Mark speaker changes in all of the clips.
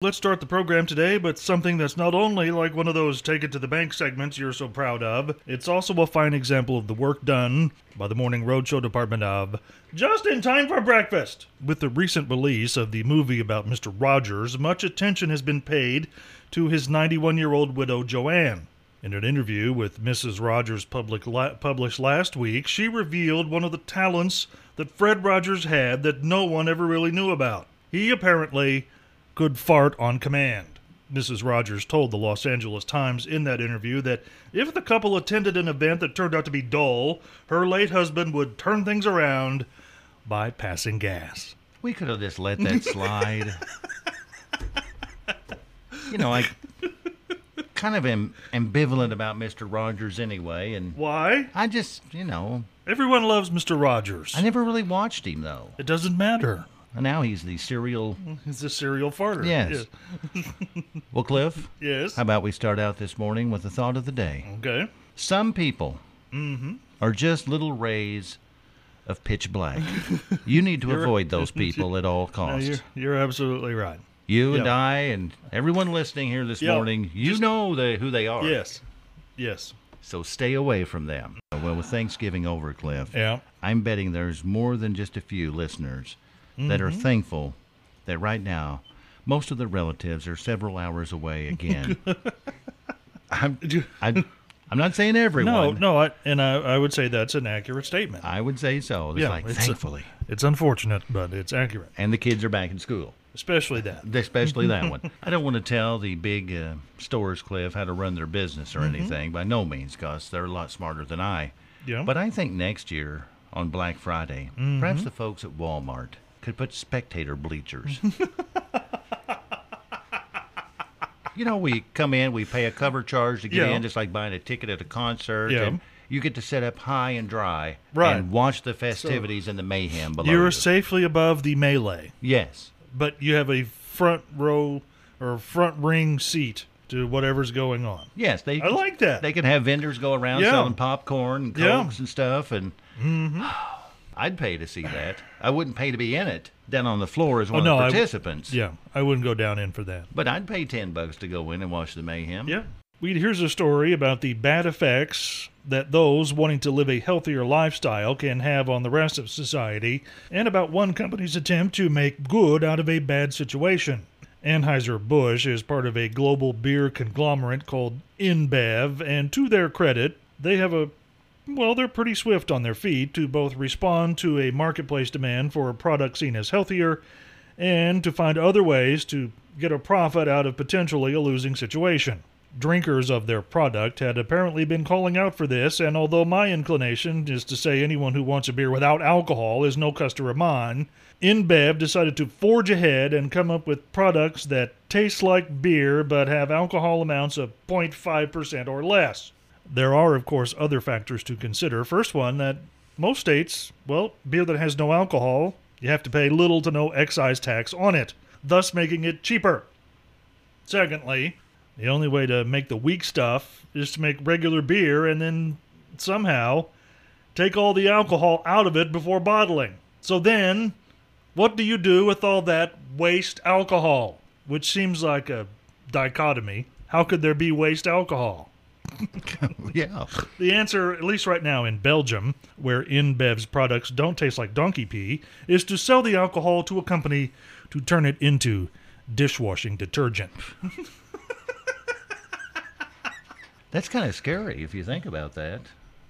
Speaker 1: Let's start the program today, but something that's not only like one of those take it to the bank segments you're so proud of, it's also a fine example of the work done by the Morning Roadshow department of Just in Time for Breakfast. With the recent release of the movie about Mr. Rogers, much attention has been paid to his 91 year old widow, Joanne. In an interview with Mrs. Rogers public la- published last week, she revealed one of the talents that Fred Rogers had that no one ever really knew about. He apparently could fart on command. Mrs. Rogers told the Los Angeles Times in that interview that if the couple attended an event that turned out to be dull, her late husband would turn things around by passing gas.
Speaker 2: We could have just let that slide. you know, I kind of am ambivalent about Mr. Rogers anyway, and
Speaker 1: Why?
Speaker 2: I just, you know,
Speaker 1: Everyone loves Mr. Rogers.
Speaker 2: I never really watched him though.
Speaker 1: It doesn't matter.
Speaker 2: And now he's the serial.
Speaker 1: He's a serial farter.
Speaker 2: Yes. Well, Cliff,
Speaker 1: Yeah. Yes.
Speaker 2: how about we start out this morning with the thought of the day?
Speaker 1: Okay.
Speaker 2: Some people
Speaker 1: Mm-hmm.
Speaker 2: are just little rays of pitch black. you need to avoid those people at all
Speaker 1: No,
Speaker 2: costs.
Speaker 1: you're, you're absolutely right.
Speaker 2: You and
Speaker 1: Yeah.
Speaker 2: I and everyone listening here this
Speaker 1: Yeah,
Speaker 2: morning, you know they, who they are.
Speaker 1: Yes. Yes.
Speaker 2: So stay away from them. Well, with Thanksgiving over, Cliff,
Speaker 1: Yeah.
Speaker 2: I'm betting there's more than just a few listeners that
Speaker 1: Mm-hmm.
Speaker 2: are thankful that right now most of their relatives are several hours away again. I'm, I, I'm not saying
Speaker 1: No,
Speaker 2: everyone.
Speaker 1: no, I, and I, I would say that's an accurate statement.
Speaker 2: I would say so. It's
Speaker 1: Yeah,
Speaker 2: like,
Speaker 1: it's a-
Speaker 2: thankfully.
Speaker 1: It's unfortunate, but it's accurate,
Speaker 2: and the kids are back in school.
Speaker 1: especially that.
Speaker 2: especially that one. I don't want to tell the big uh, stores, Cliff, how to run their business
Speaker 1: Mm-hmm.
Speaker 2: or anything by no means, because they're a lot smarter than I.
Speaker 1: Yeah.
Speaker 2: But I think next year on Black Friday,
Speaker 1: Mm-hmm.
Speaker 2: perhaps the folks at Walmart could put spectator bleachers. you know, we come in, we pay a cover charge to get
Speaker 1: Yeah.
Speaker 2: in, just like buying a ticket at a concert.
Speaker 1: Yeah.
Speaker 2: And you get to set up high and dry
Speaker 1: Right.
Speaker 2: and watch the festivities and the mayhem below.
Speaker 1: You're
Speaker 2: you.
Speaker 1: safely above the melee,
Speaker 2: yes.
Speaker 1: but you have a front row or front ring seat to whatever's going on.
Speaker 2: Yes, they
Speaker 1: I like that.
Speaker 2: They could have vendors go around
Speaker 1: Yeah.
Speaker 2: selling popcorn and
Speaker 1: Yeah. Mm-hmm.
Speaker 2: cokes and stuff, and I'd pay to see that. I wouldn't pay to be in it. Down on the floor as one
Speaker 1: Oh, no, I
Speaker 2: of
Speaker 1: w-
Speaker 2: the participants.
Speaker 1: yeah, I wouldn't go down in for that.
Speaker 2: But I'd pay ten bucks to go in and watch the mayhem.
Speaker 1: Yeah. We, here's a story about the bad effects that those wanting to live a healthier lifestyle can have on the rest of society, and about one company's attempt to make good out of a bad situation. Anheuser-Busch is part of a global beer conglomerate called InBev, and to their credit, they have a well, they're pretty swift on their feet to both respond to a marketplace demand for a product seen as healthier and to find other ways to get a profit out of potentially a losing situation. Drinkers of their product had apparently been calling out for this, and although my inclination is to say anyone who wants a beer without alcohol is no customer of mine, InBev decided to forge ahead and come up with products that taste like beer but have alcohol amounts of 0.5% or less. There are, of course, other factors to consider. First one that most states, well, beer that has no alcohol, you have to pay little to no excise tax on it, thus making it cheaper. Secondly, the only way to make the weak stuff is to make regular beer and then somehow take all the alcohol out of it before bottling. So then, what do you do with all that waste alcohol? Which seems like a dichotomy. How could there be waste alcohol?
Speaker 2: Yeah.
Speaker 1: The answer, at least right now in Belgium, where InBev's products don't taste like donkey pee, is to sell the alcohol to a company to turn it into dishwashing detergent.
Speaker 2: That's kind of scary if you think about that.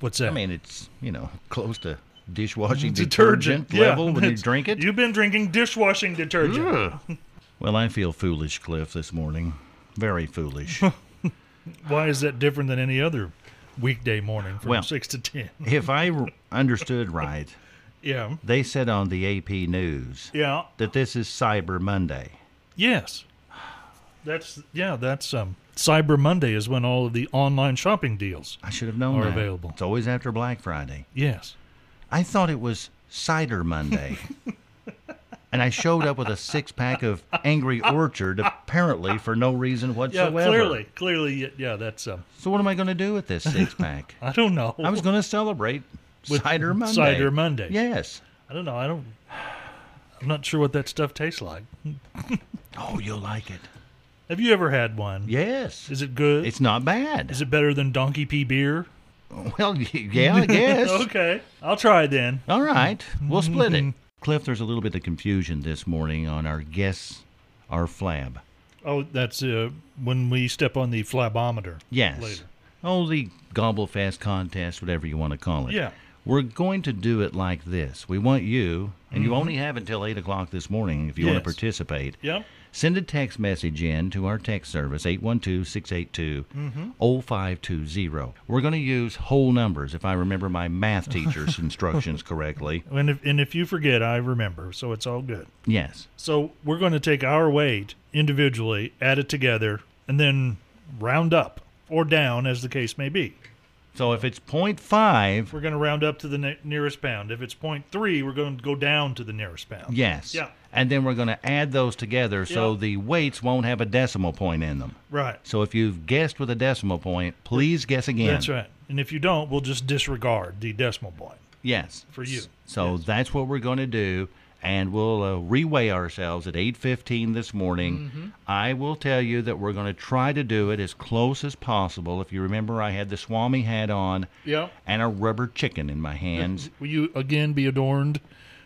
Speaker 1: What's that?
Speaker 2: I mean, it's you know close to dishwashing
Speaker 1: detergent
Speaker 2: detergent, level when you
Speaker 1: it's-
Speaker 2: drink it.
Speaker 1: You've been drinking dishwashing detergent.
Speaker 2: Ugh. Well, I feel foolish, Cliff, this morning. Very foolish.
Speaker 1: Why is that different than any other weekday morning from
Speaker 2: Well-
Speaker 1: 6 to 10?
Speaker 2: if I r- understood right,
Speaker 1: Yeah.
Speaker 2: they said on the AP News
Speaker 1: Yeah.
Speaker 2: that this is Cyber Monday.
Speaker 1: Yes. That's yeah, that's um Cyber Monday is when all of the online shopping deals
Speaker 2: I should have known
Speaker 1: Are
Speaker 2: that.
Speaker 1: available.
Speaker 2: It's always after Black Friday.
Speaker 1: Yes.
Speaker 2: I thought it was Cider Monday. and I showed up with a six pack of Angry Orchard, apparently for no reason
Speaker 1: Yeah,
Speaker 2: whatsoever.
Speaker 1: clearly. Clearly yeah, that's um
Speaker 2: So, what am I going to do with this six pack?
Speaker 1: I don't know.
Speaker 2: I was going to celebrate
Speaker 1: With
Speaker 2: Cider Monday.
Speaker 1: Cider Monday.
Speaker 2: Yes.
Speaker 1: I don't know. I don't. I'm not sure what that stuff tastes like.
Speaker 2: Oh, you'll like it.
Speaker 1: Have you ever had one?
Speaker 2: Yes.
Speaker 1: Is it good?
Speaker 2: It's not bad.
Speaker 1: Is it better than Donkey Pee beer?
Speaker 2: Well, yeah, I guess.
Speaker 1: Okay, I'll try then.
Speaker 2: All right, we'll split it. Cliff, there's a little bit of confusion this morning on our guess, our flab.
Speaker 1: Oh, that's uh, when we step on the flabometer.
Speaker 2: Yes.
Speaker 1: Later.
Speaker 2: Oh, the Gobble Fest contest, whatever you want to call it.
Speaker 1: Yeah.
Speaker 2: We're going to do it like this. We want you, and you only have until 8 o'clock this morning if you want
Speaker 1: Mm-hmm. Yes.
Speaker 2: to participate.
Speaker 1: Yep.
Speaker 2: Send a text message in to our text service, 812 682
Speaker 1: Mm-hmm.
Speaker 2: 0520. We're going to use whole numbers if I remember my math teacher's instructions correctly.
Speaker 1: And if and if you forget, I remember, so it's all good.
Speaker 2: Yes.
Speaker 1: So we're going to take our weight individually, add it together, and then round up or down as the case may be.
Speaker 2: So if it's 0.5,
Speaker 1: We're going to round up to the ne- nearest pound. If it's point three, we're going to go down to the nearest pound.
Speaker 2: yes.
Speaker 1: Yeah.
Speaker 2: And then we're going to add those together so
Speaker 1: Yeah.
Speaker 2: the weights won't have a decimal point in them.
Speaker 1: Right.
Speaker 2: So if you've guessed with a decimal point, please guess again.
Speaker 1: That's right. And if you don't, we'll just disregard the decimal point.
Speaker 2: Yes.
Speaker 1: For you.
Speaker 2: So that's what we're going to do, and we'll uh, reweigh ourselves at 8:15 this morning.
Speaker 1: Mm-hmm.
Speaker 2: I will tell you that we're going to try to do it as close as possible. If you remember, I had the Swami hat on
Speaker 1: Yeah.
Speaker 2: and a rubber chicken in my hands.
Speaker 1: Will you again be adorned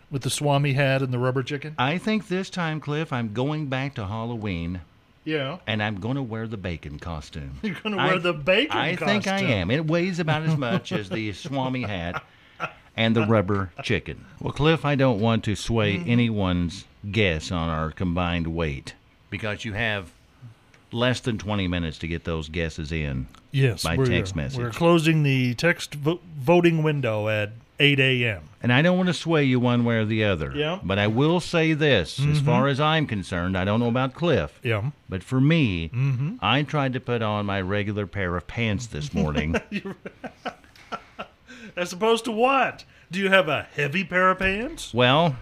Speaker 1: with the Swami hat and the rubber chicken?
Speaker 2: I think this time, Cliff, I'm going back to Halloween.
Speaker 1: Yeah.
Speaker 2: And I'm going to wear the bacon costume.
Speaker 1: You're going to wear the bacon
Speaker 2: I
Speaker 1: costume.
Speaker 2: think I am. It weighs about as much as the Swami hat and the rubber chicken. Well, Cliff, I don't want to sway
Speaker 1: Mm-hmm.
Speaker 2: anyone's guess on our combined weight because you have less than 20 minutes to get those guesses in.
Speaker 1: Yes.
Speaker 2: By
Speaker 1: we're,
Speaker 2: text message.
Speaker 1: We're closing the text vo- voting window at 8 a.m.
Speaker 2: And I don't want to sway you one way or the other.
Speaker 1: Yeah. Mm-hmm.
Speaker 2: But I will say this as far as I'm concerned, I don't know about Cliff.
Speaker 1: Yeah.
Speaker 2: But for me,
Speaker 1: Mm-hmm.
Speaker 2: I tried to put on my regular pair of pants this morning.
Speaker 1: As opposed to what? Do you have a heavy pair of pants?
Speaker 2: Well,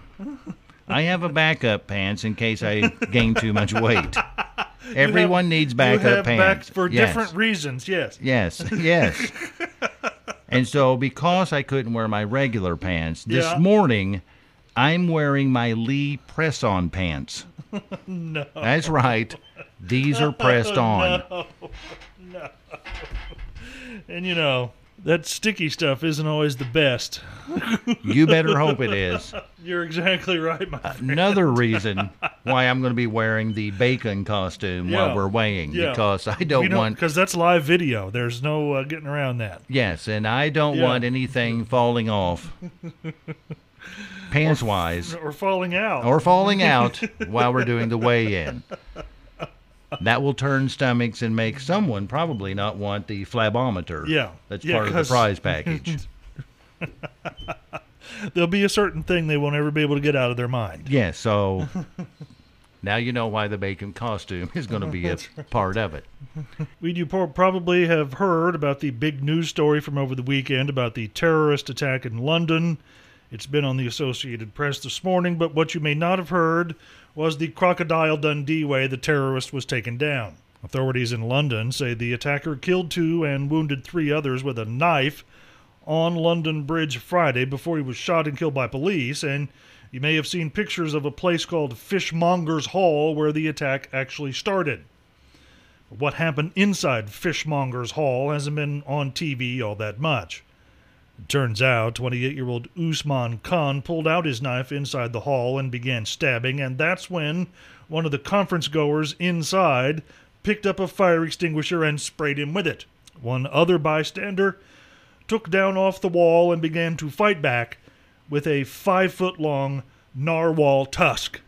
Speaker 2: I have a backup pants in case I gain too much weight. Everyone needs backup
Speaker 1: you have
Speaker 2: pants
Speaker 1: back for
Speaker 2: Yes.
Speaker 1: different reasons. Yes.
Speaker 2: Yes, yes. and so, because I couldn't wear my regular pants this
Speaker 1: Yeah.
Speaker 2: morning, I'm wearing my Lee press-on pants. no. That's right. These are pressed on.
Speaker 1: And you know that sticky stuff isn't always the best.
Speaker 2: You better hope it is.
Speaker 1: You're exactly right, my friend.
Speaker 2: Another reason why I'm going to be wearing the bacon costume
Speaker 1: Yeah.
Speaker 2: while we're weighing
Speaker 1: Yeah.
Speaker 2: because I
Speaker 1: We
Speaker 2: don't
Speaker 1: don't-
Speaker 2: want
Speaker 1: 'cause that's live video. There's no uh, getting around that.
Speaker 2: Yes, and I don't
Speaker 1: Yeah.
Speaker 2: want anything falling off, pants wise,
Speaker 1: Or falling out.
Speaker 2: or falling out while we're doing the weigh in. That will turn stomachs and make someone probably not want the flabometer.
Speaker 1: Yeah.
Speaker 2: That's
Speaker 1: Yeah,
Speaker 2: part of the
Speaker 1: 'cause-
Speaker 2: prize package.
Speaker 1: There'll be a certain thing they won't ever be able to get out of their mind.
Speaker 2: yeah, so now you know why the bacon costume is going to be a part of it.
Speaker 1: We do por- probably have heard about the big news story from over the weekend about the terrorist attack in London. It's been on the Associated Press this morning, but what you may not have heard was the crocodile Dundee way the terrorist was taken down. Authorities in London say the attacker killed two and wounded three others with a knife on London Bridge Friday before he was shot and killed by police. And you may have seen pictures of a place called Fishmonger's Hall where the attack actually started. What happened inside Fishmonger's Hall hasn't been on TV all that much. It turns out 28 year old Usman Khan pulled out his knife inside the hall and began stabbing, and that's when one of the conference goers inside picked up a fire extinguisher and sprayed him with it. One other bystander took down off the wall and began to fight back with a five foot long narwhal tusk,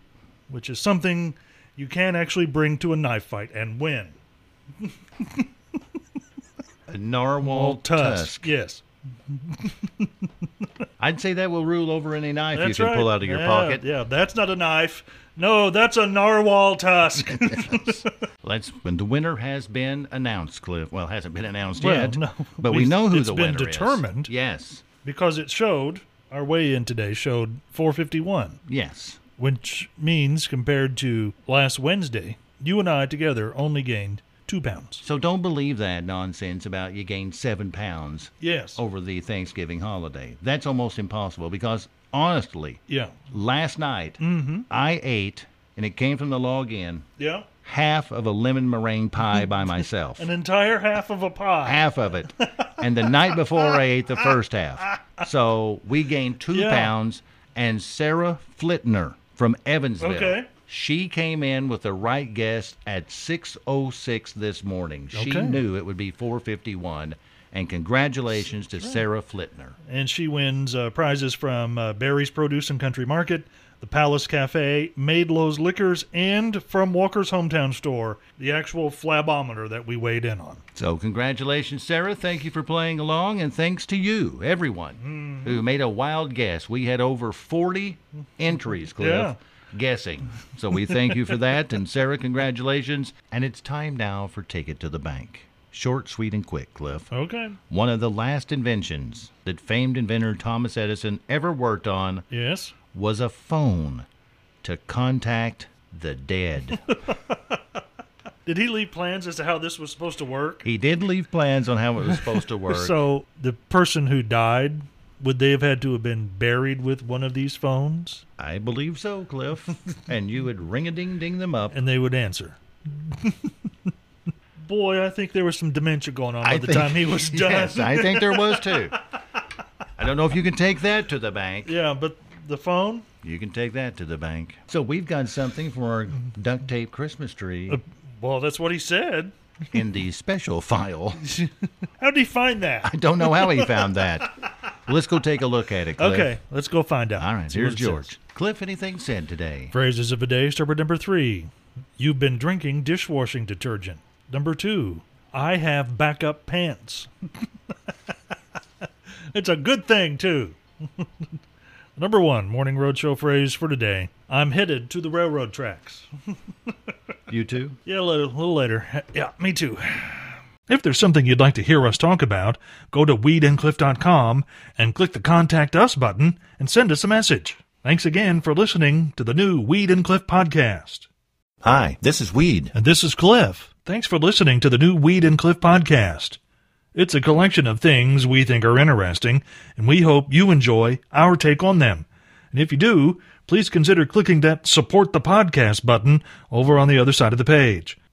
Speaker 1: which is something you can actually bring to a knife fight and win.
Speaker 2: A narwhal tusk.
Speaker 1: Yes.
Speaker 2: I'd say that will rule over any knife you can pull out of your
Speaker 1: yeah,
Speaker 2: pocket.
Speaker 1: Yeah, that's not a knife. No, that's a narwhal tusk.
Speaker 2: Let's when the winner has been announced, Cliff. Well, hasn't been announced
Speaker 1: Well,
Speaker 2: yet,
Speaker 1: no.
Speaker 2: but we
Speaker 1: We've-
Speaker 2: know who
Speaker 1: it's
Speaker 2: the
Speaker 1: been
Speaker 2: winner
Speaker 1: determined.
Speaker 2: is. Yes,
Speaker 1: because it showed, our weigh in today showed 451,
Speaker 2: yes,
Speaker 1: which means compared to last Wednesday, you and I together only gained two pounds.
Speaker 2: So don't believe that nonsense about you gained seven pounds
Speaker 1: Yes.
Speaker 2: Oh. over the Thanksgiving holiday. That's almost impossible because honestly,
Speaker 1: Yeah.
Speaker 2: last night
Speaker 1: Mm-hmm.
Speaker 2: I ate, and it came from the log in,
Speaker 1: Yeah.
Speaker 2: half of a lemon meringue pie by myself.
Speaker 1: An entire half of a pie.
Speaker 2: half of it. And the night before I ate the first half. So we gained two
Speaker 1: Yeah.
Speaker 2: pounds. And Sarah Flitner from Evansville.
Speaker 1: Okay.
Speaker 2: She came in with the right guess at 6:06 this morning. She
Speaker 1: Okay.
Speaker 2: knew it would be 4:51, and congratulations to Sarah Flitner.
Speaker 1: And she wins uh, prizes from uh, Barry's Produce and Country Market, the Palace Cafe, Maidlow's Liquors, and from Walker's Hometown Store, the actual flabometer that we weighed in on.
Speaker 2: So congratulations, Sarah. Thank you for playing along, and thanks to you, everyone
Speaker 1: Mm-hmm.
Speaker 2: who made a wild guess. We had over 40 entries, Cliff,
Speaker 1: Yeah.
Speaker 2: guessing. So we thank you for that, and Sarah, congratulations. And it's time now for Take It to the Bank. Short, sweet, and quick, Cliff.
Speaker 1: Okay.
Speaker 2: One of the last inventions that famed inventor Thomas Edison ever worked on
Speaker 1: Yes.
Speaker 2: was a phone to contact the dead.
Speaker 1: Did he leave plans as to how this was supposed to work?
Speaker 2: he did leave plans on how it was supposed to work.
Speaker 1: So the person who died, would they have had to have been buried with one of these phones?
Speaker 2: I believe so, Cliff. and you would ring a ding ding them up.
Speaker 1: And they would answer. Boy, I think there was some dementia going on by
Speaker 2: I
Speaker 1: the
Speaker 2: think-
Speaker 1: time he was done.
Speaker 2: Yes, I think there was too. I don't know if you can take that to the bank.
Speaker 1: Yeah, but the phone?
Speaker 2: You can take that to the bank. So we've got something for our duct tape Christmas tree
Speaker 1: Well, that's what he said.
Speaker 2: in the special file.
Speaker 1: How'd he find that?
Speaker 2: I don't know how he found that. Let's go take a look at it, Cliff.
Speaker 1: Okay, let's go find out.
Speaker 2: All right,
Speaker 1: See what
Speaker 2: here's
Speaker 1: it says.
Speaker 2: George. Cliff, anything said today?
Speaker 1: Phrases of the day start number three. You've been drinking dishwashing detergent. Number two, I have backup pants. it's a good thing, too. number one, morning roadshow phrase for today I'm headed to the railroad tracks.
Speaker 2: You too?
Speaker 1: Yeah, a little, a little later. Yeah, me too. If there's something you'd like to hear us talk about, go to weedandcliff.com and click the Contact Us button and send us a message. Thanks again for listening to the new Weed and Cliff podcast.
Speaker 2: Hi, this is Weed.
Speaker 1: And this is Cliff. Thanks for listening to the new Weed and Cliff podcast. It's a collection of things we think are interesting, and we hope you enjoy our take on them. And if you do, please consider clicking that support the podcast button over on the other side of the page.